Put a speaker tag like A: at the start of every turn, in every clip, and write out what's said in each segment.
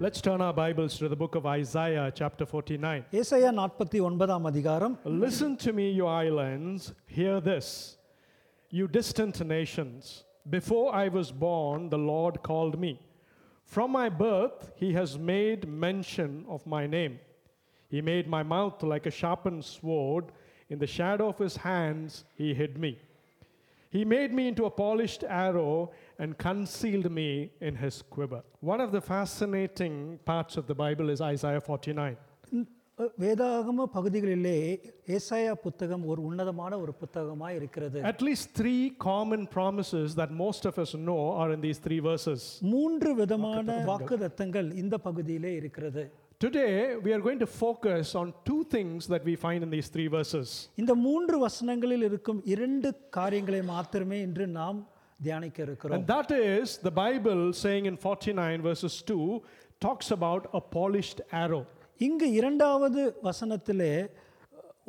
A: Let's turn our Bibles to the book of Isaiah, chapter 49.
B: ஏசாயா நாற்பத்தி ஒன்பதாம் அதிகாரம்
A: Listen to me, you islands, hear this. You distant nations, before I was born, the Lord called me. From my birth, he has made mention of my name. He made my mouth like a sharpened sword. In the shadow of his hands, he hid me. He made me into a polished arrow and concealed me in his quiver. One of the fascinating parts of the Bible is Isaiah 49.
B: வேதாகம பகுதிகளிலே ஏசாயா புத்தகம் ஒரு உன்னதமான ஒரு புத்தகமாய் இருக்கிறது
A: At least three common promises that most of us know are in these three verses.
B: மூன்று விதமான வாக்குதத்தங்கள் இந்த பகுதியிலே இருக்கிறது
A: Today, we are going to focus on two things that we find in these three verses.
B: இந்த மூன்று வசனங்களில் இருக்கும் இரண்டு காரியங்களை மாத்திரமே இன்று நாம் தியானிக்க இருக்கிறோம்
A: And that is the Bible saying in 49 verses 2 talks about a polished arrow.
B: இங்கு இரண்டாவது வசனத்திலே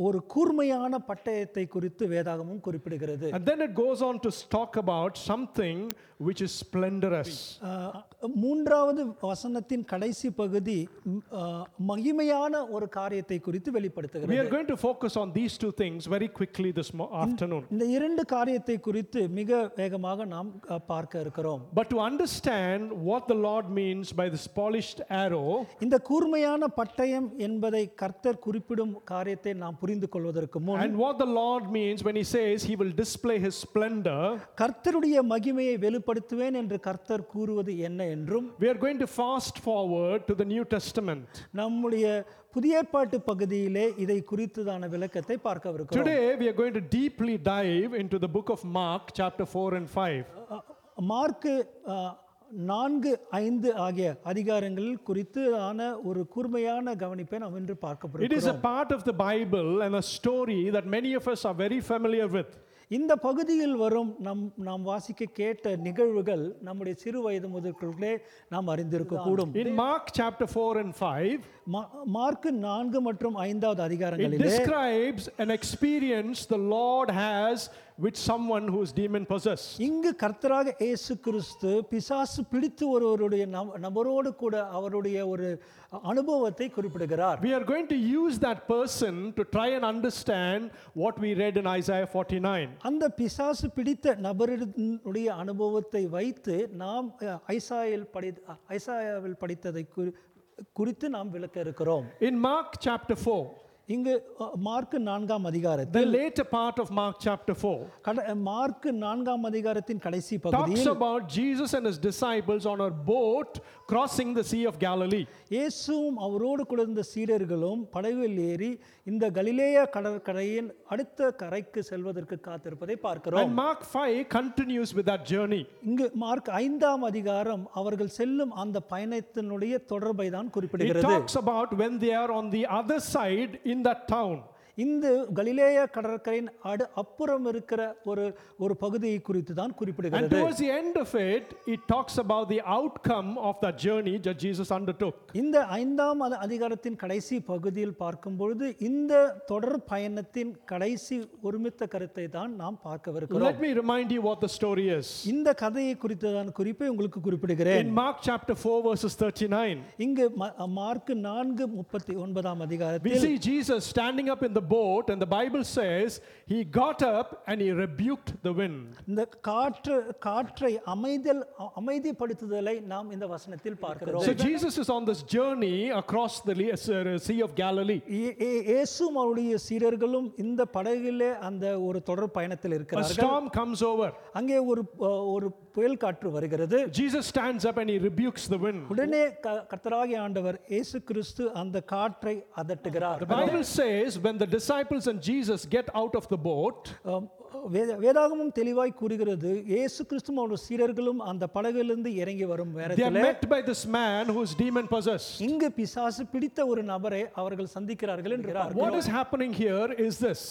B: ஒரு கூர்மையான பட்டயத்தை குறித்து வேதாகமும் குறிப்பிடுகிறது
A: And then it goes on to talk about something which is splendorous.
B: அஹ், மூன்றாவது வசனத்தின் கடைசி பகுதி ம், அஹ், மகிமையான ஒரு காரியத்தை குறித்து வெளிப்படுத்துகிறது
A: We are going to focus on these two things very quickly this mo- afternoon.
B: இந்த இரண்டு காரியத்தை குறித்து மிக வேகமாக நாம் அஹ், பார்க்க இருக்கிறோம்
A: But to understand what the Lord means by this polished arrow,
B: இந்த கூர்மையான பட்டயம் என்பதை கர்த்தர் குறிப்பிடும் காரியத்தை நாம் புரிந்து கொள்வதற்கு முன்
A: And what the Lord means when he says he will display his splendor,
B: கர்த்தருடைய மகிமையை வெளிப்படுத்துவேன் என்று கர்த்தர் கூறுவது என்ன என்றும்
A: we are going to fast forward to the New Testament.
B: நம்முடைய புதிய ஏற்பாட்டு பகுதியிலே இதை குறித்ததான விளக்கத்தை பார்க்கவிருக்கிறோம்
A: Today, we are going to deeply dive into the book of Mark, chapter 4 and 5.
B: அஹ், மார்க்கு அஹ், நான்கு ஐந்து ஆகிய அதிகாரங்கள் குறித்து ஆன ஒரு கூர்மையான கவனிப்பை நாம் இன்று பார்க்க
A: It is a part of the Bible and a story that many of us are very familiar with.
B: இந்த பகுதியில் வரும் நம் நாம் வாசிக்க கேட்ட நிகழ்வுகள் நம்முடைய சிறு வயது முதற்குள்ளே நாம் அறிந்திருக்க கூடும்
A: In Mark, chapter 4 and 5,
B: மா- மார்க்கு நான்கு மற்றும் ஐந்தாவது
A: it
B: அதிகாரங்களிலே
A: describes an experience the Lord has with someone who is demon possessed.
B: இங்கு கர்த்தராக இயேசு கிறிஸ்து பிசாசு பிடித்து ஒருவருடைய நப- நபரோடு கூட அவருடைய ஒரு அனுபவத்தை குறிப்பிடுகிறார்
A: We are going to use that person to try and understand what we read in Isaiah 49.
B: அந்த பிசாசு பிடித்த நபருடைய அனுபவத்தை வைத்து நாம் அஹ், ஐசாயில் படி ஐசாயாவில் படித்ததை குறி- குறித்து நாம் விளக்க இருக்கிறோம்
A: In Mark chapter 4,
B: இங்கு அஹ், மார்க்கு நான்காம் அதிகாரத்தில்
A: the later part of Mark chapter 4
B: கட- மார்க்கு நான்காம் அதிகாரத்தின் கடைசி
A: talks
B: பகுதியில்
A: about Jesus and his disciples on a boat crossing the Sea of Galilee.
B: இயேசுவும் அவரோடு கூட இருந்த சீடர்களும் படகில் ஏறி இந்த கலிலேயா கடற்கரையின் அடுத்த கரைக்கு செல்வதற்கு காத்திருப்பதை பார்க்கிறோம்
A: And Mark 5 continues with that journey.
B: இங்கு மார்க் ஐந்தாம் அதிகாரம் அவர்கள் செல்லும் அந்த பயணத்தினுடைய தொடர்பை தான்
A: It
B: குறிப்பிடுகிறது
A: talks about when they are on the other side in that town.
B: இந்த கலிலேயா கடற்கரையின் அடு அப்புறம் இருக்கிற ஒரு ஒரு பகுதியை குறித்து தான் குறிப்பிடுகிறது
A: And towards the end of it, it talks about the outcome of that journey that Jesus undertook.
B: இந்த ஐந்தாம் அதி- அதிகாரத்தின் கடைசி பகுதியில் பார்க்கும் பொழுது இந்த தொடர் பயணத்தின் கடைசி ஒருமித்த கருத்தை தான் நாம் பார்க்கவிருக்கிறோம்
A: Let me remind you what the story is.
B: இந்த கதையை குறித்ததான குறிப்பை உங்களுக்கு குறிப்பிடுகிறேன்
A: In Mark chapter 4, verses 39,
B: இங்கு ம- மார்க்கு நான்கு முப்பத்தி ஒன்பதாம்
A: We
B: அதிகாரத்தில்
A: see Jesus standing up in the boat, and the Bible says he got up and he rebuked the wind.
B: இந்த காற்று காற்றை அமைதல் அ- அமைதிப்படுத்துதலை நாம் இந்த வசனத்தில் பார்க்கிறோம்
A: So Jesus is on this journey across the le- uh, Sea of Galilee.
B: இ- இ- இயேசுவும் அவருடைய சீடர்களும் இந்த படகிலே அந்த ஒரு தொடர் பயணத்தில்
A: A
B: இருக்கிறார்கள்
A: storm comes over.
B: அங்கே ஒரு அஹ், ஒரு புயல் காற்று வருகிறது
A: Jesus stands up and he rebukes the wind.
B: உடனே க- கர்த்தராகிய ஆண்டவர் இயேசு கிறிஸ்து அந்த காற்றை அதட்டுகிறார்
A: The Bible says when the disciples and Jesus get out of the boat,
B: அம், வேத வேதாகமும் தெளிவாய் கூறுகிறது இயேசு கிறிஸ்துவும் அவருடைய சீடர்களும் அந்த படகிலிருந்து இறங்கி வரும்
A: they are
B: நேரத்தில்
A: met by this man who's demon possessed.
B: இங்கு பிசாசு பிடித்த ஒரு நபரை அவர்கள் சந்திக்கிறார்கள் என்கிறார்
A: What is happening here is this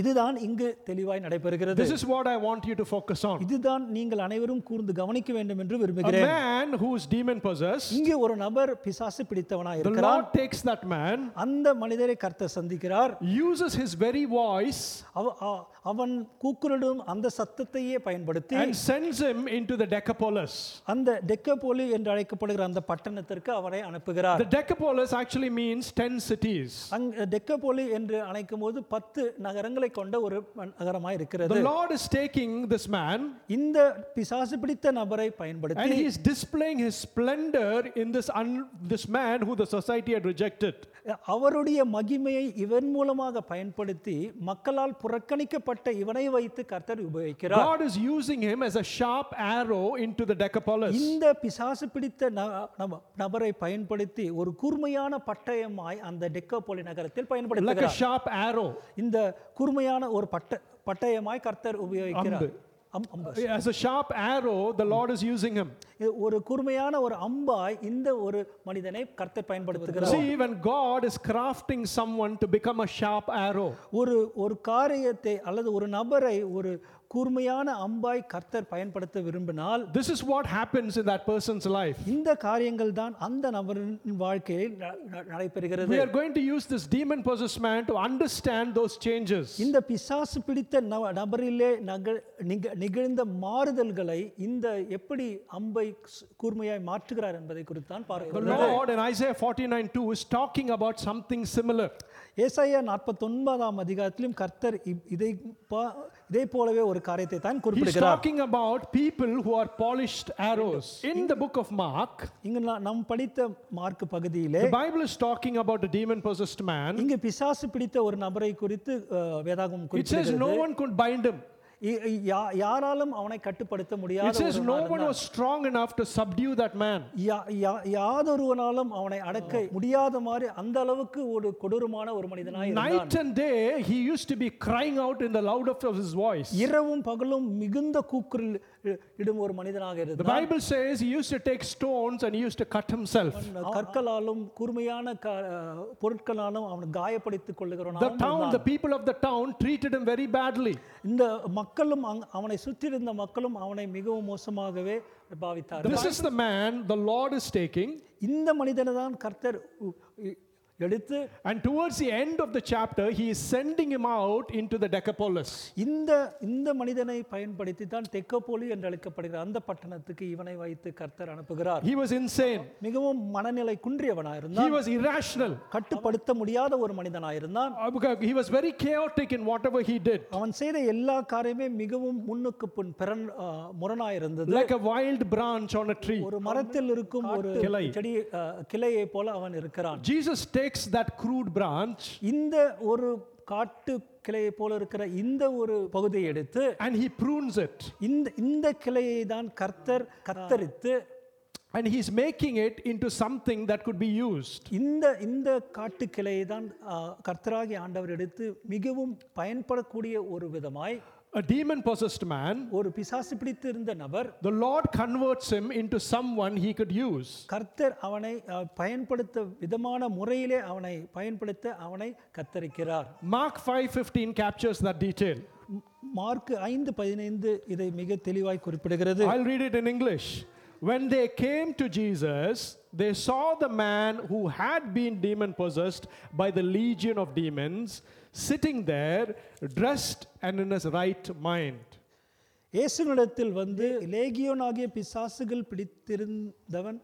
B: இதுதான் இங்கு தெளிவாய் நடைபெறுகிறது
A: This is what I want you to focus on.
B: இதுதான் நீங்கள் அனைவரும் கூர்ந்து கவனிக்க வேண்டும் என்று
A: A
B: விரும்புகிறேன்
A: man who is demon possessed,
B: இங்கே ஒரு நபர் பிசாசு பிடித்தவனாய்
A: the
B: இருக்கிறார்
A: Lord takes that man,
B: அந்த மனிதரை கர்த்தர் சந்திக்கிறார்
A: uses his very voice,
B: அவ- அ- அவன் கூக்குரலிடும் அந்த சத்தத்தையே பயன்படுத்தி
A: and sends him into the Decapolis.
B: அந்த டெக்கப்போலி என்று அழைக்கப்படுகிற அந்த பட்டணத்திற்கு அவரை அனுப்புகிறார்
A: The Decapolis actually means 10 cities.
B: அங்க டெக்கப்போலி என்று அழைக்கும் போது பத்து நகரங்களை கொண்ட ஒரு ம- நகரமாய் இருக்கிறது
A: The Lord is taking this man
B: இந்த பிசாசு பிடித்த நபரை பயன்படுத்தி
A: and he is displaying his splendor in this, un- this man who the society had rejected.
B: அவருடைய மகிமையை இவன் மூலமாக பயன்படுத்தி மக்களால் புறக்கணிக்கப்பட்ட இவனை வைத்து கர்த்தர் உபயோகிக்கிறார்
A: God is using him as a sharp arrow into the Decapolis.
B: இந்த பிசாசு பிடித்த ந- நப- நபரை பயன்படுத்தி ஒரு கூர்மையான பட்டயமாய் அந்த டெக்கோபோலி நகரத்தில்
A: Like a
B: பயன்படுத்துகிறார்
A: sharp arrow,
B: இந்த கூர்மையான ஒரு பட்ட பட்டயமாய் கர்த்தர் உபயோகிக்கிறார் அம்- அம்பு.
A: as a sharp arrow, the Lord is using him.
B: இது ஒரு கூர்மையான ஒரு அம்பாய் இந்த ஒரு மனிதனை கர்த்தர் பயன்படுத்துகிறார்
A: See, when God is crafting someone to become a sharp arrow,
B: ஒரு ஒரு காரியத்தை அல்லது ஒரு நபரை ஒரு கூர்மையான அம்பாய் கர்த்தர் பயன்படுத்த விரும்பினால்
A: this is what happens in that person's life.
B: இந்த காரியங்கள் தான் அந்த நபரின் வாழ்க்கையில் ந- ந- நடைபெறுகிறது
A: We are going to use this demon possessed man to understand those changes.
B: இந்த பிசாசு பிடித்த ந- நபரிலே நக- நிக- நிகழ்ந்த மாறுதல்களை இந்த எப்படி அம்பை சு- கூர்மையாய் மாற்றுகிறார் என்பதை குறித்தான்
A: The
B: பார்க்கிறோம்
A: Lord in Isaiah 49 2 is talking about something similar.
B: ஏசாயா நாற்பத்தொன்பதாம் அதிகாரத்திலும் கர்த்தர் இ- இதை பா- இதை போலவே ஒரு காரியத்தை தான்
A: He's
B: குறிப்பிடுகிறார்
A: talking about people who are polished arrows. In the book of Mark,
B: இங்கு நா- நாம் படித்த மார்க் பகுதியிலே
A: the Bible is talking about a demon possessed man.
B: இங்கு பிசாசு பிடித்த ஒரு நபரை குறித்து அஹ்,
A: It says
B: வேதாகமம் குறிப்பிடுகிறது
A: no one could bind him,
B: இ- இ- யா- யாராலும் அவனை கட்டுப்படுத்த முடியாத
A: it says
B: ஒரு
A: no
B: நபர்
A: one was strong enough to subdue that man.
B: யா- யா- யாதொருவனாலும் அவனை அடக்க முடியாத மாதிரி அந்த அளவுக்கு ஒரு கொடூரமான ஒரு மனிதனாய் இருந்தான்
A: Night and day, he used to be crying out in the loudest of his voice.
B: இரவும் பகலும் மிகுந்த கூக்குரல் இ- இடும் ஒரு மனிதனாக
A: The
B: இருந்தான்
A: Bible says he used to take stones and he used to cut himself.
B: கற்களாலும் கூர்மையான க- பொருட்களாலும் அவனை காயப்படுத்திக்
A: The
B: கொள்ளுகிறவனாகவும்
A: town, the people of the town treated him very badly.
B: இந்த மக்களும் அங்க- அவனை சுற்றியிருந்த மக்களும் அவனை மிகவும் மோசமாகவே பாவித்தார்கள்
A: This is the man the Lord is taking.
B: இந்த மனிதனை தான் கர்த்தர் உ- இ- எடுத்து
A: And towards the end of the chapter, he is sending him out into the Decapolis.
B: இந்த இந்த மனிதனை பயன்படுத்தி தான் தெக்கப்போலி என்று அழைக்கப்படுகிற அந்த பட்டணத்துக்கு இவனை வைத்து கர்த்தர் அனுப்புகிறார்
A: He was insane.
B: மிகவும் மனநிலை குன்றியவனாயிருந்தான்
A: He was irrational.
B: கட்டுப்படுத்த முடியாத ஒரு மனிதனாயிருந்தான்
A: Uh, because He was very chaotic in whatever he did.
B: அவன் செய்த எல்லா காரியமே மிகவும் முன்னுக்கு பின் பிறன் ஆ, முரணாயிருந்தது
A: Like a wild branch on a tree.
B: ஒரு மரத்தில் இருக்கும் ஒரு
A: கிளை.
B: செடி ஆ, கிளையை போல அவன் இருக்கிறான்
A: Jesus takes that crude branch
B: இந்த ஒரு காட்டு கிளையை போல இருக்கிற இந்த ஒரு பகுதியை எடுத்து
A: and he prunes it.
B: இந்த இந்த கிளையை தான் கர்த்தர் கத்தரித்து
A: And he's making it into something that could be used.
B: இந்த இந்த காட்டு கிளையை தான் ஆ, கர்த்தராகிய ஆண்டவர் எடுத்து மிகவும் பயன்படக்கூடிய ஒரு விதமாய்
A: A demon possessed man,
B: ஒரு பிசாசு பிடித்து இருந்த நபர்
A: the Lord converts him into someone he could use.
B: கர்த்தர் அவனை அ, பயன்படுத்த விதமான முறையிலே அவனை பயன்படுத்த அவனை கத்தரிக்கிறார்
A: Mark 5:15 captures that detail.
B: ம், மார்க்கு ஐந்து பதினைந்து இதை மிக தெளிவாய் குறிப்பிடுகிறது
A: I'll read it in English. When they came to Jesus, they saw the man who had been demon possessed by the legion of demons sitting there, dressed and in his right mind.
B: இயேசுவினிடத்தில் வந்து லேகியோனாகிய பிசாசுகள் பிடித்திருந்தவன்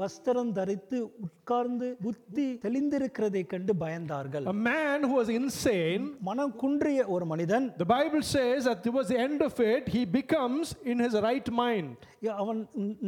B: வஸ்திரம் தரித்து உட்கார்ந்து புத்தி தெளிந்திருக்கிறதை கண்டு பயந்தார்கள்
A: A man who was insane,
B: மனம் குன்றிய ஒரு மனிதன்
A: the Bible says that towards the end of it, he becomes in his right mind.
B: அவன்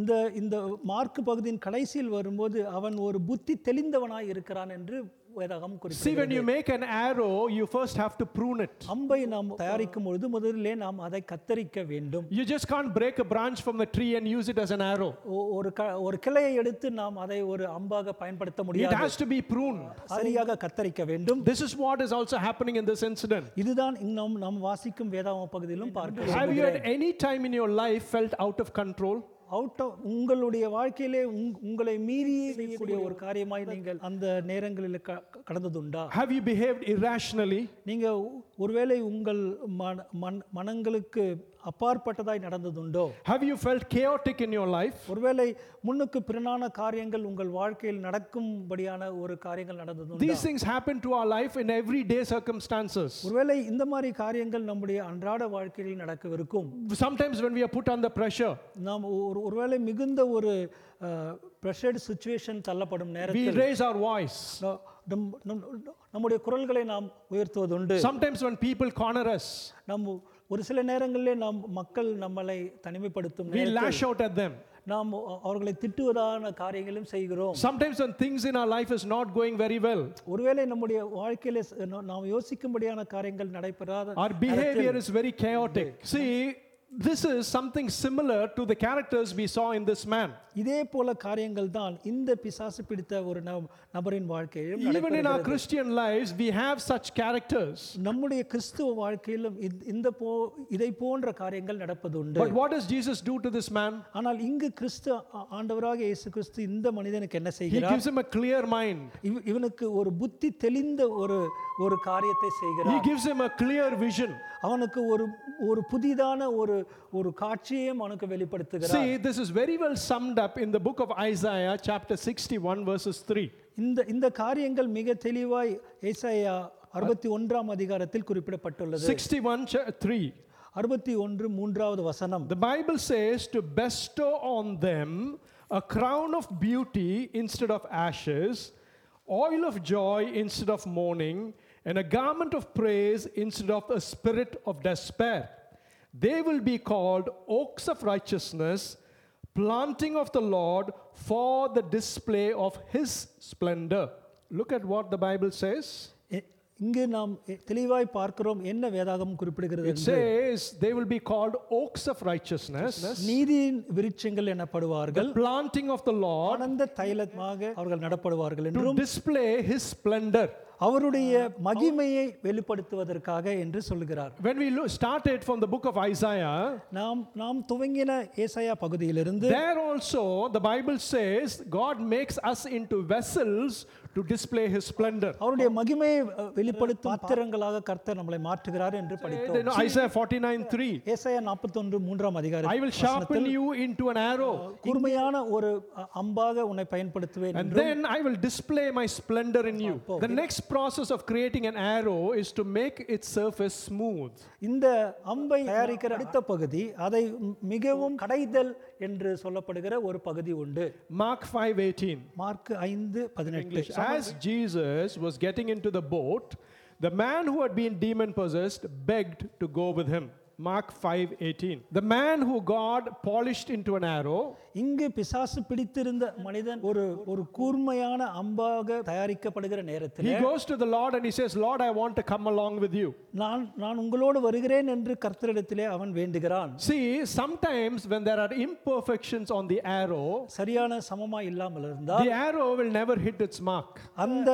B: இந்த இந்த மார்க் பகுதியின் கடைசியில் வரும்போது அவன் ஒரு புத்தி தெளிந்தவனாய் இருக்கிறான் என்று வேதாகம் குறிப்பிடுகிறது
A: See, when you make an arrow, you first have to prune it.
B: அம்பை நாம் தயாரிக்கும் பொழுது முதலிலே நாம் அதை கத்தரிக்க வேண்டும்
A: You just can't break a branch from the tree and use it as an arrow.
B: ஒ- ஒரு க ஒரு கிளையை எடுத்து நாம் அதை ஒரு அம்பாக பயன்படுத்த
A: It
B: முடியாது
A: has to be pruned.
B: சரியாக கத்தரிக்க வேண்டும்
A: This is what is also happening in this incident.
B: இதுதான் இங்கு நாம் நாம் வாசிக்கும் வேதாம பகுதியிலும் பார்க்கிறோம்
A: Have you at any time in your life felt out of control?
B: Out of உங்களுடைய வாழ்க்கையிலே உங்- உங்களை மீறி செய்யக்கூடிய ஒரு காரியமாய் நீங்கள் அந்த நேரங்களில் க- கடந்ததுண்டா
A: Have you behaved irrationally?
B: நீங்க ஒருவேளை உங்கள் மன- மன- மனங்களுக்கு அப்பாற்பட்டதாய் நடந்ததுண்டோ
A: Have you felt chaotic in your life?
B: ஒருவேளை முன்னுக்கு பிறனான காரியங்கள் உங்கள் வாழ்க்கையில் நடக்கும்படியான ஒரு காரியங்கள் நடந்ததுண்டா
A: These things happen to our life in everyday circumstances.
B: ஒருவேளை இந்த மாதிரி காரியங்கள் நம்முடைய அன்றாட வாழ்க்கையில் நடக்கவிருக்கும்
A: Sometimes when we are put under pressure,
B: நாம் ஒரு ஒருவேளை மிகுந்த ஒரு ப்ரெஷர்டு சுச்சுவேஷன் தள்ளப்படும் நேரத்தில்
A: we raise our voice.
B: நா- நம் நம்- நம்- நம்முடைய குரல்களை நாம் உயர்த்துவதுண்டு
A: Sometimes when people corner us,
B: நாம் ஒரு சில நேரங்களிலே நாம் மக்கள் நம்மளை தனிமைப்படுத்தும்
A: we
B: நேரம்.
A: lash out at them.
B: நாம் அ- அவர்களை திட்டுவதான காரியங்களும் செய்கிறோம்
A: Sometimes when things in our life is not going very well,
B: ஒருவேளை நம்முடைய வாழ்க்கையில ச- நா- நாம் யோசிக்கும்படியான காரியங்கள் நடைபெறாத
A: our behavior is very chaotic. See, this is something similar to the characters we saw in this man.
B: இதே போல காரியங்கள் தான் இந்த பிசாசு பிடித்த ஒரு நப- நபரின் வாழ்க்கையிலும்
A: Even in
B: நடைபெறுகிறது.
A: our Christian lives, we have such characters.
B: நம்முடைய கிறிஸ்துவ வாழ்க்கையிலும் இந்த- இந்த போ இதை போன்ற காரியங்கள் நடப்பது உண்டு
A: But what does Jesus do to this man?
B: ஆனால் இங்கு கிறிஸ்து ஆ- ஆண்டவராக இயேசு கிறிஸ்து இந்த மனிதனுக்கு என்ன
A: He
B: செய்கிறார்
A: gives him a clear mind.
B: இவ- இவனுக்கு ஒரு புத்தி தெளிந்த ஒரு ஒரு காரியத்தை
A: He
B: செய்கிறார்
A: gives him a clear vision.
B: அவனுக்கு ஒரு ஒரு புதிதான ஒரு ஒரு காட்சியையும் அவனுக்கு வெளிப்படுத்துகிறார்
A: See, this is very well summed up in the book of Isaiah, chapter 61, verses 3.
B: இந்த இந்த காரியங்கள் மிக தெளிவாய் ஏசாயா அறுபத்தி ஒன்றாம் அதிகாரத்தில் குறிப்பிடப்பட்டுள்ளது
A: 61, cha- 3.
B: அறுபத்தி ஒன்று மூன்றாவது வசனம்
A: The Bible says to bestow on them a crown of beauty instead of ashes, oil of joy instead of mourning, and a garment of praise instead of a spirit of despair. They will be called oaks of righteousness, planting of the Lord for the display of his splendor. Look at what the Bible says.
B: இ- இங்கு நாம் எ- தெளிவாய் பார்க்கிறோம் என்ன வேதாகம் குறிப்பிடுகிறது
A: It says they will be called oaks of righteousness,
B: நீதியின் விருட்சங்கள் எனப்படுவார்கள்
A: planting of the Lord.
B: ஆனந்த தைலமாக அவர்கள் நடப்படுவார்கள் என்றும்
A: to display his splendor.
B: அவருடைய மகிமையை வெளிப்படுத்துவதற்காக என்று சொல்கிறார்
A: When we look, started from the book of Isaiah,
B: நாம் நாம் துவங்கின ஏசாயா பகுதியிலிருந்து
A: there also the Bible says God makes us into vessels to display his splendor.
B: அவருடைய மகிமையை அஹ், வெளிப்படுத்தும் பாத்திரங்களாக கர்த்தர் நம்மளை மாற்றுகிறார் என்று படித்தோம்
A: You know, Isaiah 49 3.
B: ஏசாயா நாற்பத்தொன்று மூன்றாம் அதிகாரம்
A: I will sharpen you into an arrow,
B: கூர்மையான ஒரு அ- அம்பாக உன்னை பயன்படுத்துவேன்
A: and then I will display my splendor in you. The next process of creating an arrow is to make its surface smooth.
B: இந்த அம்பை தயாரிக்கிற அடுத்த பகுதி அதை ம்- மிகவும் கடைதல் என்று சொல்லப்படுகிற ஒரு பகுதி உண்டு
A: Mark 5 18.
B: மார்க் ஐந்து பதினெட்டு
A: As Jesus was getting into the boat, the man who had been demon possessed begged to go with him. Mark 5:18. The man who God polished into an arrow,
B: இங்கு பிசாசு பிடித்திருந்த மனிதன் ஒரு ஒரு கூர்மையான அம்பாக தயாரிக்கப்படுகிற நேரத்தில்
A: he goes to the Lord and he says, "Lord, I want to come along with you."
B: நான் நான் உங்களோடு வருகிறேன் என்று கர்த்தரிடத்திலே அவன் வேண்டுகிறான்
A: See, sometimes when there are imperfections on the arrow,
B: சரியான சமமா இல்லாமல் இருந்தால்
A: the arrow will never hit its mark.
B: அந்த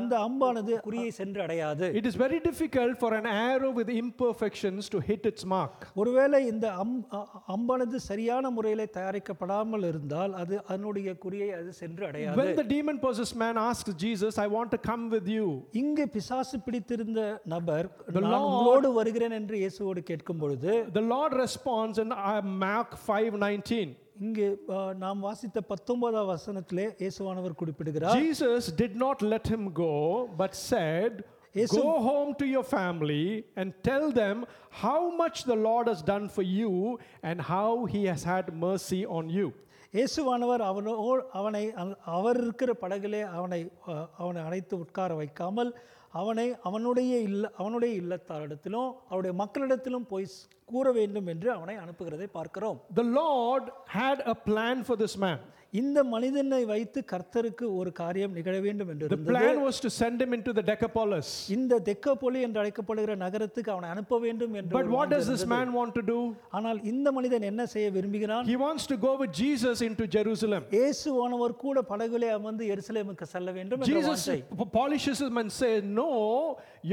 B: அந்த அம்பானது குறியை சென்று அடையாது
A: It is very difficult for an arrow with imperfections to hit its mark.
B: ஒருவேளை இந்த அம் அ- அம்பானது சரியான முறையில் தயாரிக்கப்படாமல் இருந்தால் அது அதனுடைய குறியை அது சென்று அடையாது
A: When the demon possessed man asks Jesus, "I want to come with you,"
B: இங்கு பிசாசு பிடித்திருந்த நபர் நான் உங்களோடு வருகிறேன் என்று இயேசுவோடு கேட்கும் பொழுது
A: The Lord responds in uh, Mark 5:19.
B: இங்கு அஹ், நாம் வாசித்த பத்தொன்பதாம் வசனத்திலே இயேசுவானவர் குறிப்பிடுகிறார்
A: Jesus did not let him go, but said, "Go home to your family and tell them how much the Lord has done for you and how He has had mercy on you."
B: இயேசுவானவர் அவனோ அவனை அவ- அவர் இருக்கிற படகிலே அவனை அஹ், அவனை அழைத்து உட்கார வைக்காமல் அவனை அவனுடைய இல்ல அவனுடைய இல்லத்தாரிடத்திலும் அவருடைய மக்களிடத்திலும் போய் ஸ்- கூற வேண்டும் என்று அவனை அனுப்புகிறதை பார்க்கிறோம்
A: The Lord had a plan for this man.
B: இந்த மனிதனை வைத்து கர்த்தருக்கு ஒரு காரியம் நிகழ வேண்டும் என்று
A: The
B: இருந்தது.
A: plan was to send him into the Decapolis.
B: இந்த தெக்கப்பொலி என்று அழைக்கப்படுகிற நகரத்துக்கு அவனை அனுப்ப வேண்டும் என்று
A: But
B: ஒரு
A: what
B: வாஞ்சை
A: does this
B: இருந்தது.
A: man want to do?
B: ஆனால் இந்த மனிதன் என்ன செய்ய விரும்புகிறான்
A: He wants to go with Jesus into Jerusalem.
B: இயேசுவானவர் கூட படகுலே அமர்ந்து எருசலேமுக்கு செல்ல வேண்டும் என்ற
A: Jesus
B: வாஞ்சை
A: polishes him and says, No,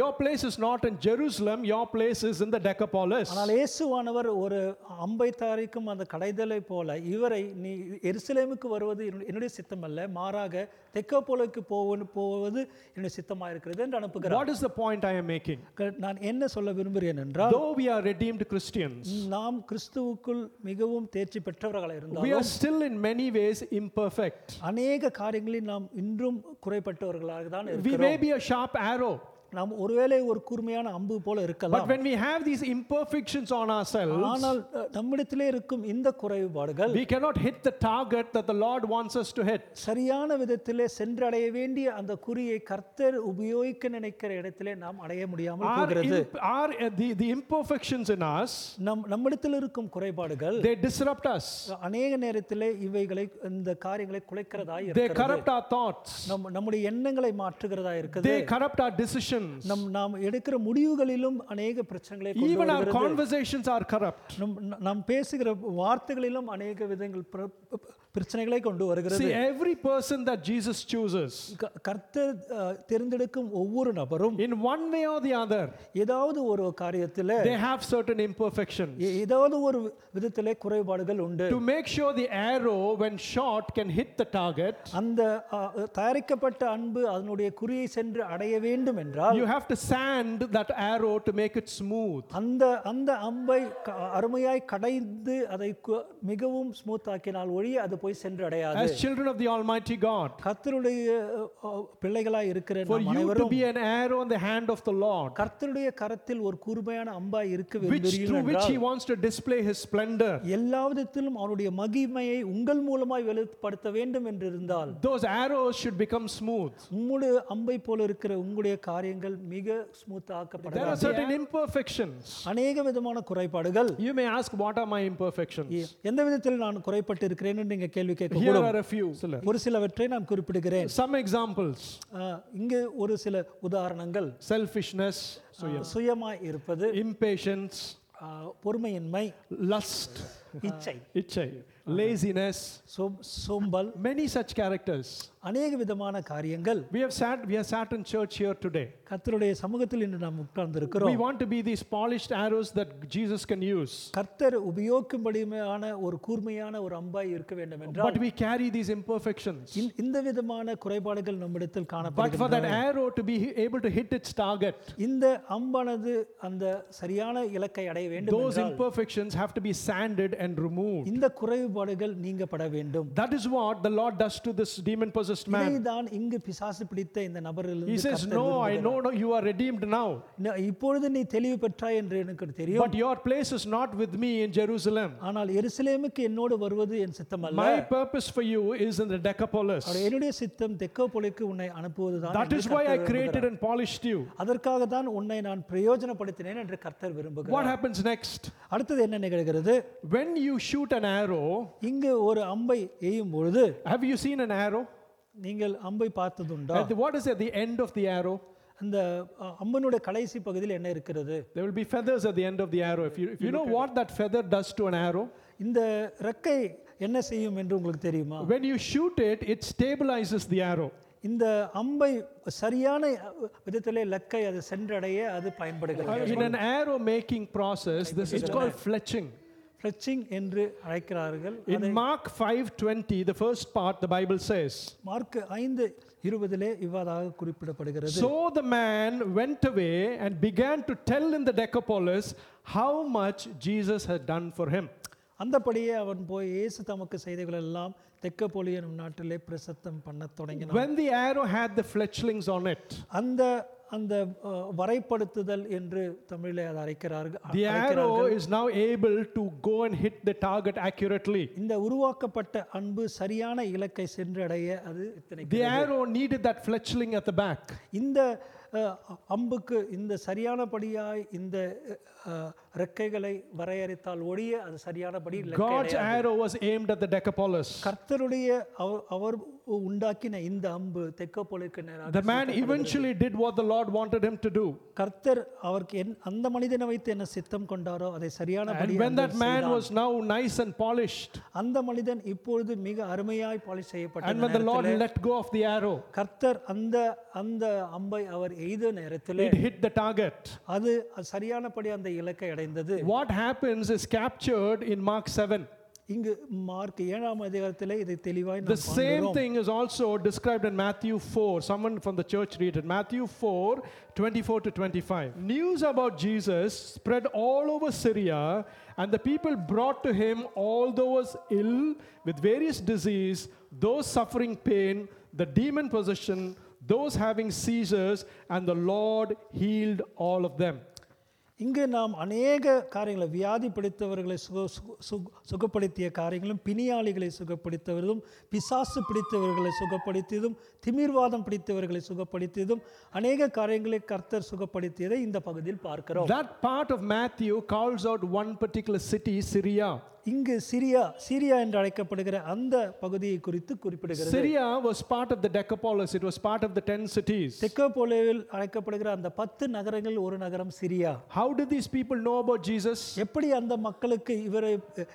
A: your place is not in Jerusalem, your place is in the Decapolis.
B: ஆனால் இயேசுவானவர் ஒரு அம்பை தாரிக்கும் அந்த கடைதலை போல இவரை நீ எருசலேமுக்கு வருவது என்னுடைய- என்னுடைய சித்தம் அல்ல மாறாக தெக்கப்போலுக்கு போவது போவது என்னுடைய சித்தமாக இருக்கிறது என்று அனுப்புகிறார்
A: What is the point I am making?
B: க- நான் என்ன சொல்ல விரும்புகிறேன் என்றால்
A: Though we are redeemed Christians,
B: நாம் கிறிஸ்துவுக்குள் மிகவும் தேர்ச்சி பெற்றவர்களாக இருந்தால்
A: we are still in many ways imperfect.
B: அநேக காரியங்களில் நாம் இன்றும் குறைபட்டவர்களாக தான்
A: We
B: இருக்கிறோம்
A: may be a sharp arrow,
B: நாம் ஒருவேளை ஒரு கூர்மையான அம்பு போல
A: but
B: இருக்கலாம்
A: when we have these imperfections on ourselves,
B: ஆனால் அஹ், நம்மிடத்திலே இருக்கும் இந்த குறைபாடுகள்
A: we cannot hit the target that the Lord wants us to hit.
B: சரியான விதத்திலே சென்றடைய வேண்டிய அந்த குறியை கர்த்தர் உபயோகிக்க நினைக்கிற இடத்திலே நாம் அடைய முடியாமல்
A: Our,
B: போகிறது
A: imp- our- uh, the, the imperfections in us,
B: நம் நம்மிடத்தில் இருக்கும் குறைபாடுகள்
A: they disrupt us.
B: அநேக நேரத்திலே இவைகளை இந்த காரியங்களை குலைக்கிறதாய்
A: They
B: இருக்கிறது
A: corrupt our thoughts.
B: நம் நம்முடைய எண்ணங்களை மாற்றுகிறதா இருக்குது
A: They corrupt our decisions.
B: நம் நாம் எடுக்கிற முடிவுகளிலும் அநேக பிரச்சனைகளை கொண்டு
A: Even our
B: வருகிறது.
A: conversations are corrupt.
B: நம் நாம் பேசுகிற வார்த்தைகளிலும் அநேக விதங்கள் பிர- பிரச்சனைகளை கொண்டு வருகிறது
A: See, every person that Jesus chooses,
B: க- கர்த்தர் அஹ், தேர்ந்தெடுக்கும் ஒவ்வொரு நபரும்
A: in one way or the other,
B: ஏதாவது ஒரு காரியத்தில்
A: they have certain imperfections.
B: ஏ- ஏதாவது ஒரு விதத்திலே குறைபாடுகள் உண்டு
A: To make sure the arrow, when shot, can hit the target,
B: அந்த அ, தயாரிக்கப்பட்ட அன்பு அதனுடைய குறியை சென்று அடைய வேண்டும் என்றால்
A: you have to sand that arrow to make it smooth.
B: அந்த அந்த அம்பை க- அருமையாய் கடைந்து அதை கு- மிகவும் ஸ்மூத் ஆக்கினால் ஒழிய அது போய் சென்று அடையாது
A: As children of the Almighty God,
B: கர்த்தருடைய அ, பிள்ளைகளாய் இருக்கிற
A: for
B: நாம்
A: you to
B: அனைவரும்
A: be an arrow in the hand of the Lord,
B: கர்த்தருடைய கரத்தில் ஒரு கூர்மையான அம்பாய் இருக்க
A: which through
B: விரும்புகிறீர்கள்
A: which
B: என்றால்
A: He wants to display His splendor.
B: எல்லா விதத்திலும் அவருடைய மகிமையை உங்கள் மூலமாய் வெளிப்படுத்த வேண்டும் என்று இருந்தால்
A: Those arrows should become smooth.
B: உம்முடைய அம்பை போல இருக்கிற உங்களுடைய காரியங்கள் மிக ஸ்மூத்
A: There are
B: ஆக்கப்படலாம்
A: certain imperfections.
B: அநேக விதமான குறைபாடுகள்
A: You may ask, what are my imperfections?
B: எந்த விதத்தில் நான் குறைபட்டு இருக்கிறேன்னு நீங்க கேள்வி
A: Here
B: கேட்கக்கூடும்
A: are a few.
B: ஒரு சிலவற்றை நான் குறிப்பிடுகிறேன்
A: Some examples
B: அஹ், இங்கே ஒரு சில உதாரணங்கள்
A: selfishness,
B: அஹ், சுயமாய் இருப்பது
A: impatience,
B: அஹ், பொறுமையின்மை
A: lust,
B: இச்சை
A: itchai, laziness,
B: சோம்- சோம்பல்
A: many such characters.
B: அநேக விதமான காரியங்கள்
A: We have sat, we have sat in church here today.
B: கர்த்தருடைய சமூகத்தில் இன்று நாம்
A: We
B: உட்கார்ந்திருக்கிறோம்
A: want to be these polished arrows that Jesus can use.
B: கர்த்தர் உபயோகிக்கும்படியான ஒரு கூர்மையான ஒரு அம்பாய் இருக்க வேண்டும் என்றால்
A: But we carry these imperfections.
B: இந்த- இந்த விதமான குறைபாடுகள் நம்மிடத்தில்
A: But for
B: காணப்படுகிறது
A: that arrow to be able to hit its target,
B: இந்த அம்பானது அந்த சரியான இலக்கை அடைய வேண்டும்
A: those
B: என்றால்
A: imperfections have to be sanded and removed.
B: இந்த குறைபாடுகள் நீங்கப்பட வேண்டும்
A: That is what the Lord does to this demon possessed man.
B: இதைதான் இங்கு பிசாசு பிடித்த இந்த
A: He
B: நபரிலிருந்து
A: says, No, I know no, you are redeemed now.
B: ந- இப்பொழுது நீ தெளிவு பெற்றாய் என்று எனக்கு தெரியும்
A: But your place is not with me in Jerusalem.
B: ஆனால் எருசலேமுக்கு என்னோடு வருவது என் சித்தம் அல்ல
A: My purpose for you is in the Decapolis.
B: அவருடைய- என்னுடைய சித்தம் தெக்கோபொலிக்கு உன்னை அனுப்புவதுதான்
A: That
B: என்று
A: is why I
B: கர்த்தர்
A: created and polished you.
B: அதற்காக தான் உன்னை நான் பிரயோஜனப்படுத்தினேன் என்று கர்த்தர் விரும்புகிறார்
A: What happens next?
B: அடுத்தது என்ன நிகழ்கிறது
A: When you shoot an arrow,
B: இங்கு ஒரு அம்பை எய்யும் பொழுது
A: have you seen an arrow?
B: நீங்கள் அம்பை பார்த்ததுண்டா
A: At the- what is at the end of the arrow?
B: அந்த அ- அம்பனுடைய கடைசி பகுதியில் என்ன இருக்கிறது
A: There will be feathers at the end of the arrow. If you, if you know what that feather does to an arrow,
B: இந்த ரெக்கை என்ன செய்யும் என்று உங்களுக்கு தெரியுமா
A: when you shoot it, it stabilizes the arrow.
B: இந்த அம்பை சரியான விதத்திலே லக்கை அது சென்றடைய அது பயன்படுகிறது
A: In an arrow making process, this it's called fletching.
B: ஃப்ளச்சிங் என்று அழைக்கிறார்கள்
A: In Mark 5:20, the first part, the Bible says,
B: Mark ஐந்து இருபதிலே இவ்வாறாக குறிப்பிடப்படுகிறது
A: "So the man went away and began to tell in the Decapolis how much Jesus had done for him."
B: அந்தபடியே அவன் போய் இயேசு தமக்கு செய்தகள் எல்லாம் தெக்கப்போலி எனும் நாட்டிலே பிரசத்தம் பண்ணத் தொடங்கினான்
A: When the arrow had the fletchlings on it,
B: அந்த அந்த அஹ், வரைப்படுத்துதல் என்று தமிழிலே அதை அழைக்கிறார்கள்
A: the
B: அழைக்கிறார்கள்.
A: arrow is now able to go and hit the target accurately.
B: இந்த உருவாக்கப்பட்ட அன்பு சரியான இலக்கை சென்றடைய அது இத்தனை
A: The arrow needed that fletchling at the back.
B: இந்த அஹ், அம்புக்கு இந்த சரியானபடியாய் இந்த அஹ், ரெக்கைகளை வரையறைத்தால் ஒழிய அது சரியானபடி இலக்கை
A: God's arrow was aimed at the Decapolis.
B: கர்த்தருடைய அவ- அவர் உண்டாக்கின இந்த அம்பு தெக்கப்போலுக்கு நேராக
A: The man eventually did what the Lord wanted him to do.
B: கர்த்தர் அவருக்கு என் அந்த மனிதனை வைத்து என்ன சித்தம் கொண்டாரோ அதை சரியானபடி
A: And when
B: அந்த
A: that man was now nice and polished,
B: அந்த மனிதன் இப்பொழுது மிக அருமையாய் பாலிஷ் செய்யப்பட்ட
A: and when the Lord let go of the arrow,
B: கர்த்தர் அந்த அந்த அம்பை அவர் எய்த நேரத்தில்
A: it hit the target.
B: அது சரியானபடி அந்த இலக்கை அடைந்தது
A: What happens is captured in Mark 7.
B: இங்கு மார்க் ஏழாம் அதிகாரத்திலே இதை தெளிவாய்
A: The
B: நாம்
A: same thing is also described in Matthew 4. Someone from the church read it. Matthew 4, 24 to 25. News about Jesus spread all over Syria, and the people brought to him all those ill with various disease, those suffering pain, the demon possession, those having seizures, and the Lord healed all of them.
B: இங்கு நாம் அநேக காரியங்களை வியாதி பிடித்தவர்களை சுக சுக- சுக- சுகப்படுத்திய காரியங்களும் பிணியாளிகளை சுகப்படுத்தவதும் பிசாசு பிடித்தவர்களை சுகப்படுத்தியதும் திமிர்வாதம் பிடித்தவர்களை சுகப்படுத்தியதும் அநேக காரியங்களை கர்த்தர் சுகப்படுத்தியதை இந்த பகுதியில் பார்க்கிறோம்
A: That part of Matthew calls out one particular city, Syria.
B: இங்கு சிரியா சிரியா என்று அழைக்கப்படுகிற அந்த பகுதியை குறித்து குறிப்பிடுகிறது
A: Syria was part of the Decapolis, it was part of the 10 cities.
B: தெக்கோபோலேவில் அழைக்கப்படுகிற அந்த பத்து நகரங்களில் ஒரு நகரம் Syria
A: How did these people know about Jesus?
B: எப்படி அந்த மக்களுக்கு இவரை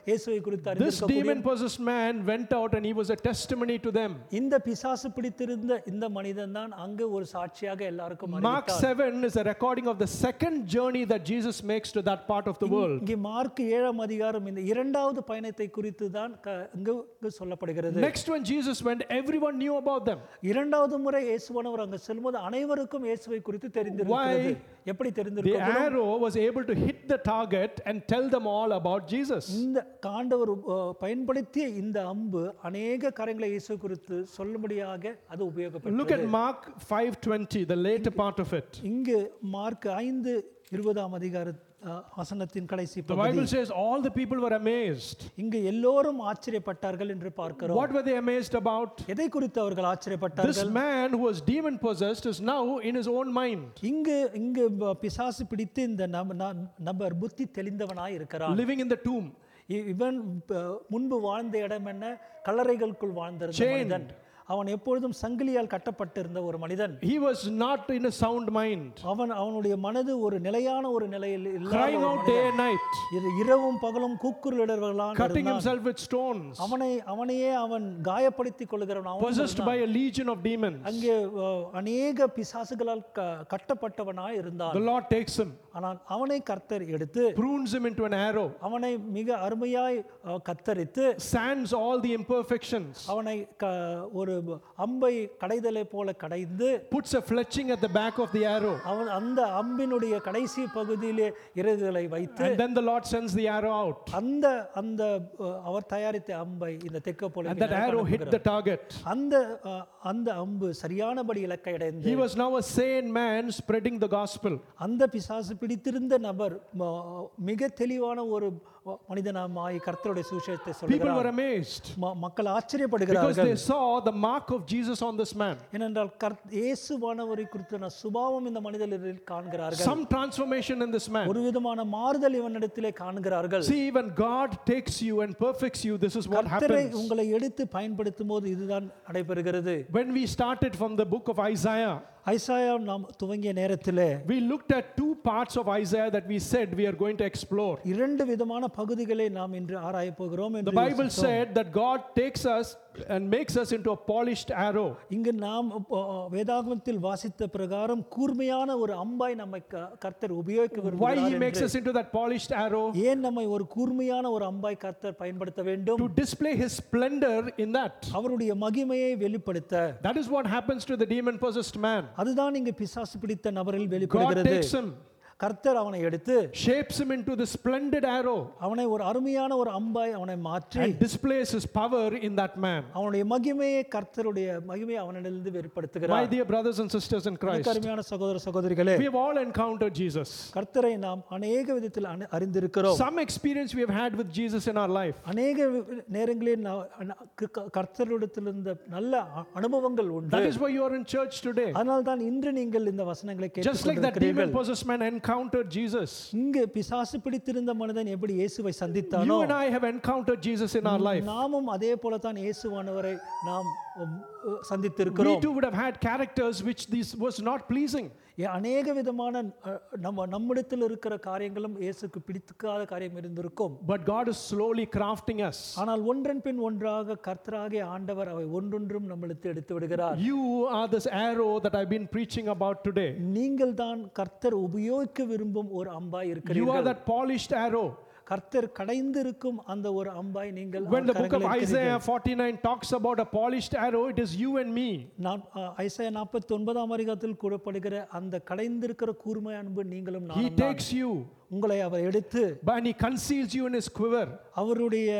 B: இயேசுவை குறித்து
A: This
B: அறிந்திருக்க
A: demon possessed man went out and he was a testimony to them.
B: இந்த பிசாசு பிடித்திருந்த இந்த மனிதன் தான் அங்கு ஒரு சாட்சியாக எல்லாருக்கும் அறிவித்தார்.
A: Mark 7 is a recording of the second journey that Jesus makes to that part of the world.
B: இங்கே மார்க் ஏழாம் அதிகாரம் இந்த இரண்டாவது பயணத்தை குறித்து தான் க- இங்கு இங்கு சொல்லப்படுகிறது
A: Next, when Jesus went, everyone knew about them.
B: இரண்டாவது முறை இயேசுவானவர் அங்கு செல்லும்போது அனைவருக்கும் இயேசுவை குறித்து தெரிந்திருக்கிறது எப்படி
A: The
B: தெரிந்திருக்கும்
A: arrow was able to hit the target and tell them all about Jesus.
B: இந்த காண்டவர் அஹ், பயன்படுத்திய இந்த அம்பு அநேக காரியங்களை இயேசு குறித்து சொல்லும்படியாக அது உபயோகப்படும்
A: Look at Mark 5:20, the later part of it.
B: இங்கு மார்க் ஐந்து இருபதாம் அதிகார அஹ், வசனத்தின் கடைசி
A: The
B: பகுதி.
A: Bible says all the people were amazed.
B: இங்கு எல்லோரும் ஆச்சரியப்பட்டார்கள் என்று பார்க்கிறோம்
A: What were they amazed about?
B: எதை குறித்து அவர்கள் ஆச்சரியப்பட்டார்கள்
A: This man who was demon possessed is now in his own mind.
B: இங்கு இங்கு ப- பிசாசு பிடித்து இந்த நப- ந- நபர் புத்தி தெளிந்தவனாய் இருக்கிறான்
A: living in the tomb,
B: இ- இவன் ப- முன்பு வாழ்ந்த இடம் என்ன கல்லறைகளுக்குள் வாழ்ந்திருந்த மனிதன் அவன் எப்பொழுதும் சங்கிலியால் கட்டப்பட்டிருந்த ஒரு மனிதன்
A: he was not in a sound mind,
B: அவன் அவனுடைய மனது ஒரு நிலையான ஒரு நிலையில் இல்லாத
A: crying
B: ஒரு
A: out
B: மனிதன்.
A: day and night,
B: இரு- இரவும் பகலும் கூக்குரலிடர்களான்
A: cutting himself with stones,
B: அவனை அவனையே அவன் காயப்படுத்திக் கொள்கிறவன் அவன்
A: possessed by a legion of demons.
B: அங்கே அஹ், அநேக பிசாசுகளால் க- கட்டப்பட்டவனாய் இருந்தான்
A: The Lord takes him,
B: ஆனால் அவனை கர்த்தர் எடுத்து
A: prunes him into an arrow,
B: அவனை மிக அருமையாய் அஹ், கத்தரித்து
A: sands all the imperfections,
B: அவனை க ஒரு அம்பை கடைதலை போல கடைந்து
A: puts a fletching at the back of the arrow,
B: அவன் அந்த அம்பினுடைய கடைசி பகுதியிலே இறகுகளை வைத்து
A: and then the Lord sends the arrow out.
B: அந்த அந்த அஹ், அவர் தயாரித்த அம்பை இந்த தெக்க
A: And that arrow hit the target.
B: அந்த அஹ், அந்த அம்பு சரியானபடி இலக்கை அடைந்து
A: He was now a sane man spreading the gospel.
B: அந்த பிசாசு பிடித்திருந்த நபர் ம- மிக தெளிவான ஒரு மனிதனாமாய் கர்த்தருடைய சுவிசேஷத்தை
A: People
B: சொல்கிறார்
A: were amazed
B: ம- மக்கள்
A: because
B: ஆச்சரியப்படுகிறார்கள்
A: they saw the mark of Jesus on this man.
B: ஏனென்றால் கர் இயேசுவானவரை குறித்தான சுபாவம் இந்த மனிதரில் காண்கிறார்கள்
A: Some transformation in this man.
B: ஒரு விதமான மாறுதல் இவனிடத்திலே காண்கிறார்கள்
A: See, when God takes you and perfects you, this is what
B: கர்த்தரை
A: happens.
B: உங்களை எடுத்து பயன்படுத்தும் போது இதுதான் நடைபெறுகிறது
A: When we started from the book of Isaiah,
B: Isaiah நாம் துவங்கிய நேரத்திலே
A: we looked at two parts of Isaiah that we said we are going to explore.
B: இரண்டு விதமான பகுதிகளை நாம் இன்று ஆராயப் போகிறோம்
A: The
B: என்று
A: Bible said that God takes us and makes us into a polished arrow.
B: இங்கு நாம் இப்போ வேதாகமத்தில் வாசித்த பிரகாரம் கூர்மையான ஒரு அம்பாய் நம்மை க- கர்த்தர் உபயோகிக்க
A: Why He
B: விரும்புகிறார்
A: makes us into that polished arrow?
B: ஏன் நம்மை ஒரு கூர்மையான ஒரு அம்பாய் கர்த்தர் பயன்படுத்த வேண்டும்
A: To display His splendor in that.
B: அவருடைய மகிமையை வெளிப்படுத்த
A: That is what happens to the demon possessed man.
B: அதுதான் இங்கு பிசாசு பிடித்த நபரில்
A: God
B: வெளிப்படுகிறது
A: takes him,
B: கர்த்தர் அவனை எடுத்து
A: shapes him into the splendid arrow,
B: அவனை ஒரு அருமையான ஒரு அம்பாய் அவனை மாற்றி
A: and displays His power in that man.
B: அவனுடைய மகிமையை கர்த்தருடைய மகிமையை அவனிடமிருந்து வெளிப்படுத்துகிறார்
A: My dear brothers and sisters in Christ,
B: எனக்கு அருமையான சகோதர சகோதரிகளே
A: We have all encountered Jesus.
B: கர்த்தரை நாம் அநேக விதத்தில் அணி- அறிந்திருக்கிறோம்
A: Some experience we have had with Jesus in our life.
B: அநேக வி- நேரங்களில் நான் அன- க- க- கர்த்தரிடத்தில் இருந்த நல்ல அ- அனுபவங்கள் உண்டு Ah,
A: That is why you are in church today.
B: அதனால்தான் இன்று நீங்கள் இந்த வசனங்களை
A: Just like that
B: கேட்டு
A: demon possessed man encountered Jesus.
B: இங்கு பிசாசு பிடித்திருந்த மனிதன் எப்படி இயேசுவை சந்தித்தானோ
A: You and I have encountered Jesus in
B: Mm,
A: our life.
B: நாமும் அதே போலத்தான் இயேசுவானவரை நாம் உம், உம்,
A: We
B: சந்தித்திருக்கிறோம்
A: too would have had characters which this was not pleasing.
B: ஏ- அநேக விதமான அ, நம்ம நம்மிடத்தில் இருக்கிற காரியங்களும் இயேசுக்கு பிடித்துக்காத காரியம் இருந்திருக்கும்
A: But God is slowly crafting us.
B: ஆனால் ஒன்றன் பின் ஒன்றாக கர்த்தராகிய ஆண்டவர் அவை ஒன்றொன்றும் நம்மளுக்கு எடுத்து விடுகிறார்
A: You are this arrow that I've been preaching about today.
B: நீங்கள் தான் கர்த்தர் உபயோகிக்க விரும்பும் ஒரு அம்பாய்
A: You are
B: இருக்கிறீர்கள்
A: that polished arrow.
B: Ah, கர்த்தர் கடைந்து இருக்கும் அந்த ஒரு அம்பாய் நீங்கள்
A: When the
B: our
A: book of
B: கரங்களில்
A: Isaiah
B: இருக்கிறீர்கள்.
A: 49 talks about a polished arrow, it is you and me.
B: நான் ஐசையா நாற்பத்தி ஒன்பதாம் அதிகாரத்தில் கூறப்படுகிற அந்த கடைந்திருக்கிற கூர்மை அன்பு நீங்களும்
A: He
B: நானும் தான்.
A: takes you
B: உங்களை அவர் எடுத்து
A: but- and he conceals you in his quiver
B: அவருடைய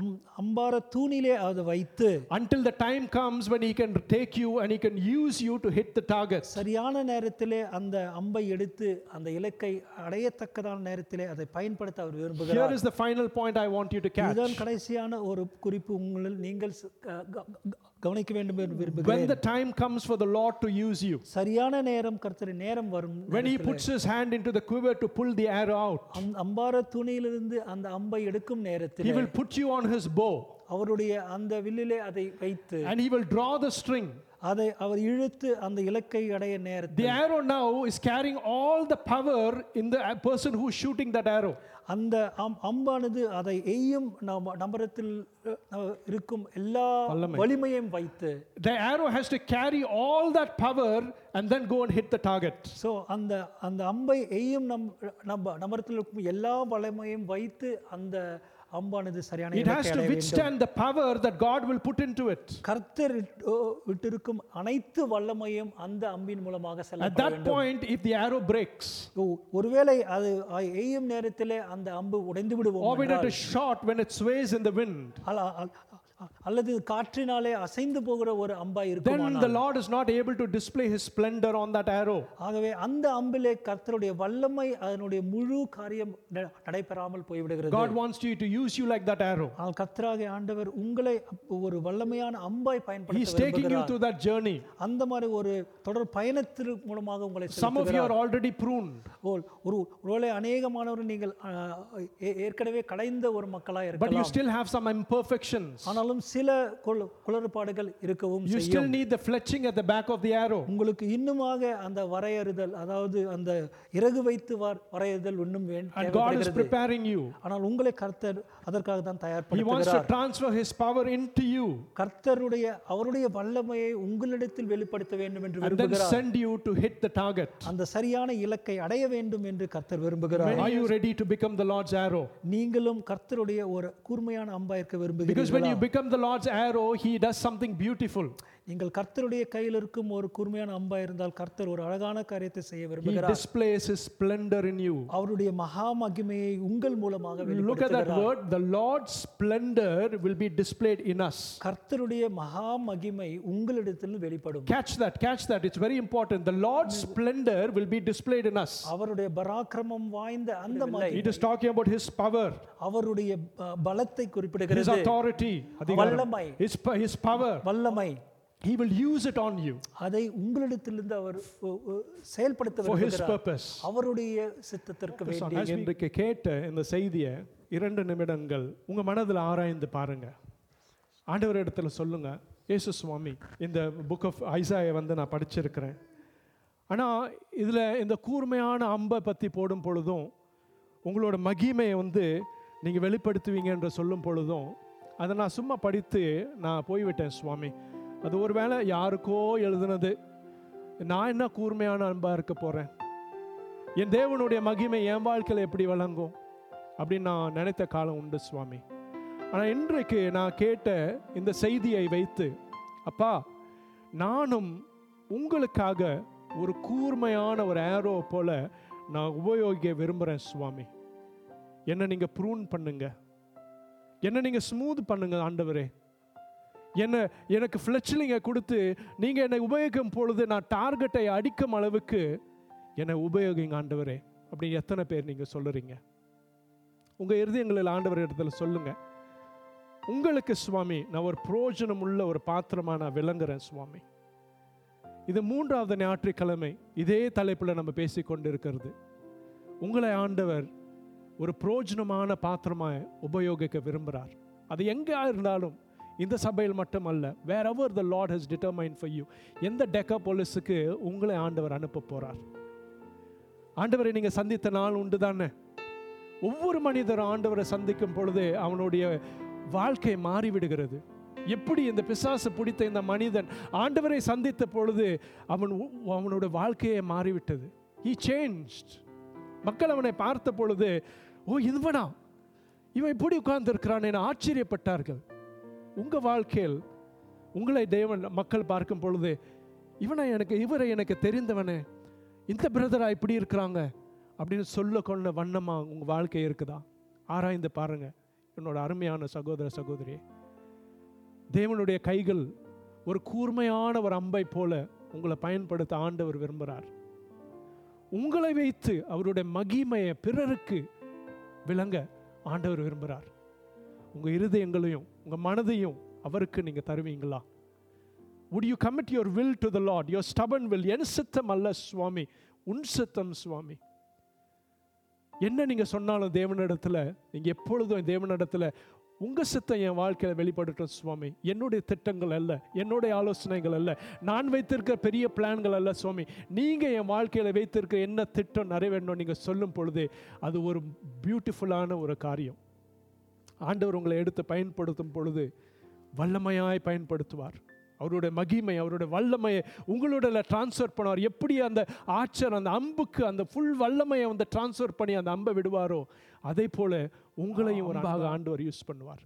B: அம் அம்பார தூணிலே அதை வைத்து
A: until the time comes when he can take you and he can use you to hit the targets.
B: சரியான நேரத்திலே அந்த அம்பை எடுத்து அந்த இலக்கை அடையத்தக்கதான நேரத்திலே அதை பயன்படுத்த அவர்
A: Here
B: விரும்புகிறார்
A: is the final point I want you to catch.
B: இதுதான் கடைசியான ஒரு குறிப்பு உங்களில் நீங்கள் ச- க- க- க- கவனிக்க வேண்டும் என்று
A: When
B: விரும்புகிறேன்
A: the time comes for the Lord to use you,
B: சரியான நேரம் கர்த்தர் நேரம் வரும்
A: when he puts his hand into the quiver to pull the arrow out,
B: அந்த அம்பார துணியிலிருந்து அந்த அம்பை எடுக்கும் நேரத்தில்
A: he will put you on his bow
B: அவருடைய அந்த வில்லிலே அதை வைத்து
A: and he will draw the string.
B: அதை அவர் இழுத்து அந்த இலக்கை அடைய நேரத்தில்
A: The arrow now is carrying all the power in the uh, person who's shooting that arrow.
B: அந்த அம்- அம்பானது அதை எய்யும் நம்ம நம்பரத்தில் இருக்கும் எல்லா வலிமையும் வைத்து
A: The arrow has to carry all that power and then go and hit the target.
B: So அந்த அந்த அம்பை எய்யும் நம் நம்ம நம்பரத்தில் இருக்கும் எல்லா வலிமையும் வைத்து அந்த அம்பானது சரியான
A: It has
B: இலக்கை
A: to
B: அடைய வேண்டும்.
A: withstand the power that God will put into it.
B: கர்த்தர் இட்- ஓ, விட்டிருக்கும் அனைத்து வல்லமையும் அந்த அம்பின் மூலமாக
A: At
B: செல்ல
A: that point, if the arrow breaks,
B: ஒருவேளை அது அ- எய்யும் நேரத்திலே அந்த அம்பு உடைந்து விடுவோம்
A: or when it is shot, when it sways in the wind,
B: அல்ல- அ- அ- அல்லது காற்றினாலே அசைந்து போகிற ஒரு அம்பா இருக்கும்
A: then the Lord is not able to display his splendor on that arrow.
B: ஆகவே அந்த அம்பிலே கர்த்தருடைய வல்லமை அதனுடைய முழு காரியம் ந- நடைபெறாமல் போய்விடுகிறது
A: God wants you to use you like that arrow.
B: ஆனால் கர்த்தராகிய ஆண்டவர் உங்களை அப்ப ஒரு வல்லமையான அம்பாய்
A: He's
B: பயன்படுத்த
A: taking you
B: விரும்புகிறார்.
A: through that journey.
B: அந்த மாதிரி ஒரு தொடர் பயணத்தின் மூலமாக உங்களை
A: Some of you are already pruned,
B: செலுத்துகிறார். ஓ, ஒரு ஒருவேளை அநேகமானவர் நீங்கள் ஆ, ஏ- ஏற்கனவே கடைந்த ஒரு மக்களாய்
A: but you
B: இருக்கலாம்
A: still have some imperfections.
B: ஆனாலும் சில குள- குளறுபாடுகள் இருக்கவும்
A: You
B: செய்யும்
A: still need the fletching at the back of the arrow.
B: உங்களுக்கு இன்னுமாக அந்த வரையறுதல் அதாவது அந்த இறகு வைத்து வர்- வரையறுதல் இன்னும் வேண்-
A: And God is
B: தேவைப்படுகிறது.
A: preparing you.
B: ஆனால் உங்களை கர்த்தர் அதற்காக தான்
A: He wants to
B: தயார்படுத்துகிறார்
A: transfer His power into you
B: கர்த்தருடைய அவருடைய வல்லமையை உங்களிடத்தில் வெளிப்படுத்த வேண்டும் என்று
A: and then
B: விரும்புகிறார்
A: send you to hit the target.
B: அந்த சரியான இலக்கை அடைய வேண்டும் என்று கர்த்தர் விரும்புகிறார்
A: Are you ready to become the Lord's arrow?
B: நீங்களும் கர்த்தருடைய ஒரு கூர்மையான அம்பா இருக்க
A: Because when you
B: விரும்புகிறீர்களா
A: become the Lord's arrow, He does something beautiful.
B: நீங்கள் கர்த்தருடைய கையில் இருக்கும் ஒரு கூர்மையான அம்பா இருந்தால் கர்த்தர் ஒரு அழகான காரியத்தை செய்ய
A: He
B: விரும்புகிறார்
A: displays His splendor in you.
B: அவருடைய மகா மகிமையை உங்கள் மூலமாக
A: Look at that
B: வெளிப்படுத்துகிறார்
A: word. The Lord's splendor will be displayed in us.
B: கர்த்தருடைய மகா மகிமை உங்களிடத்தில் வெளிப்படும்
A: Catch that, catch that. It's very important. The Lord's splendor will be displayed in us.
B: அவருடைய பராக்கிரமம் வாய்ந்த அந்த மகி-
A: It is talking about His power,
B: அவருடைய ப- பலத்தை
A: His
B: குறிப்பிடுகிறது
A: authority,
B: வல்லமை
A: His, p- his power.
B: வல்லமை
A: He will use it on you
B: அதை உங்களிடத்திலிருந்து அவர் ஒ- ஒ- செயல்படுத்த
A: for His
B: விரும்புகிறார்
A: purpose.
B: அவருடைய சித்தத்திற்கு வேண்டி
A: நான் இன்றைக்கு கேட்ட இந்த செய்தியை இரண்டு நிமிடங்கள் உங்க மனதில் ஆராய்ந்து பாருங்க ஆண்டவர் இடத்துல சொல்லுங்க இயேசு சுவாமி இந்த புக் ஆஃப் ஐசாயை வந்து நான் படிச்சிருக்கிறேன் ஆனா இதுல இந்த கூர்மையான அம்பை பத்தி போடும் பொழுதும் உங்களோட மகிமையை வந்து நீங்க வெளிப்படுத்துவீங்க என்று சொல்லும் பொழுதும் அதை நான் சும்மா படித்து நான் போய்விட்டேன் சுவாமி அது ஒருவேளை யாருக்கோ எழுதுனது நான் என்ன கூர்மையான அன்பா இருக்க போறேன் என் தேவனுடைய மகிமை என் வாழ்க்கையில் எப்படி விளங்கும் அப்படின்னு நான் நினைத்த காலம் உண்டு சுவாமி ஆனால் இன்றைக்கு நான் கேட்ட இந்த செய்தியை வைத்து அப்பா நானும் உங்களுக்காக ஒரு கூர்மையான ஒரு ஏரோ போல நான் உபயோகிக்க விரும்புகிறேன் சுவாமி என்னை நீங்கள் ப்ரூன் பண்ணுங்க என்னை நீங்கள் ஸ்மூத் பண்ணுங்க ஆண்டவரே என்னை எனக்கு ஃப்ளெச்சிலிங்கை கொடுத்து நீங்கள் என்னை உபயோகிக்கும் பொழுது நான் டார்கெட்டை அடிக்கும் அளவுக்கு என்னை உபயோகிங்க ஆண்டவரே அப்படின்னு எத்தனை பேர் நீங்கள் சொல்லுறீங்க உங்கள் இருதயங்களில் ஆண்டவர் இடத்துல சொல்லுங்கள் உங்களுக்கு சுவாமி நான் ஒரு புரோஜனம் உள்ள ஒரு பாத்திரமாக நான் விளங்குறேன் சுவாமி இது மூன்றாவது ஞாயிற்றுக்கிழமை இதே தலைப்பில் நம்ம பேசிக்கொண்டு இருக்கிறது உங்களை ஆண்டவர் ஒரு பிரோஜனமான பாத்திரமாக உபயோகிக்க விரும்புகிறார் அது எங்கே இருந்தாலும் இந்த சபையில் மட்டுமல்ல wherever the Lord has determine for you எந்த டெக்கா போலீஸுக்கு உங்களை ஆண்டவர் அனுப்ப போகிறார் ஆண்டவரை நீங்கள் சந்தித்த நாள் உண்டு தானே ஒவ்வொரு மனிதரும் ஆண்டவரை சந்திக்கும் பொழுது அவனுடைய வாழ்க்கை மாறிவிடுகிறது எப்படி இந்த பிசாசு பிடித்த இந்த மனிதன் ஆண்டவரை சந்தித்த பொழுது அவன் உ- அவனோட வாழ்க்கையே மாறிவிட்டது he changed மக்கள் அவனை பார்த்த பொழுது ஓ இவனா இவன் இப்படி உட்கார்ந்திருக்கிறான் என ஆச்சரியப்பட்டார்கள் உங்க வாழ்க்கையில் உங்களை தேவன் மக்கள் பார்க்கும் பொழுது இவனை எனக்கு இவரை எனக்கு தெரிந்தவனே இந்த பிரதரா இப்படி இருக்கிறாங்க அப்படின்னு சொல்ல கொள்ள வண்ணமா உங்க வாழ்க்கை இருக்குதா ஆராய்ந்து பாருங்க என்னோட அருமையான சகோதர சகோதரி தேவனுடைய கைகள் ஒரு கூர்மையான ஒரு அம்பை போல உங்களை பயன்படுத்த ஆண்டவர் விரும்புகிறார் உங்களை வைத்து அவருடைய மகிமையை பிறருக்கு விளங்க ஆண்டவர் விரும்புகிறார் உங்கள் இருதயங்களையும் உங்கள் மனதையும் அவருக்கு நீங்கள் தருவீங்களா would you commit your will to the Lord, your stubborn will? என் சித்தம் அல்ல சுவாமி உன் சித்தம் சுவாமி என்ன நீங்கள் சொன்னாலும் தேவனிடத்தில் நீங்கள் எப்பொழுதும் தேவனிடத்தில் உங்கள் சித்தம் என் வாழ்க்கையில் வெளிப்படட்டும் சுவாமி என்னுடைய திட்டங்கள் அல்ல என்னுடைய ஆலோசனைகள் அல்ல நான் வைத்திருக்க பெரிய பிளான்கள் அல்ல சுவாமி நீங்கள் என் வாழ்க்கையில் வைத்திருக்க என்ன திட்டம் நிறைவேறணும் நீங்கள் சொல்லும் பொழுது அது ஒரு பியூட்டிஃபுல்லான ஒரு காரியம் ஆண்டவர் உங்களை எடுத்து பயன்படுத்தும் பொழுது வல்லமையாய் பயன்படுத்துவார் அவருடைய மகிமை அவருடைய வல்லமையை உங்களோட ட்ரான்ஸ்ஃபர் பண்ணுவார் எப்படி அந்த ஆச்சர் அந்த அம்புக்கு அந்த ஃபுல் வல்லமையை வந்து ட்ரான்ஸ்ஃபர் பண்ணி அந்த அம்பை விடுவாரோ அதே போல உங்களையும் ஒரு அம்பாக ஆண்டவர் யூஸ் பண்ணுவார்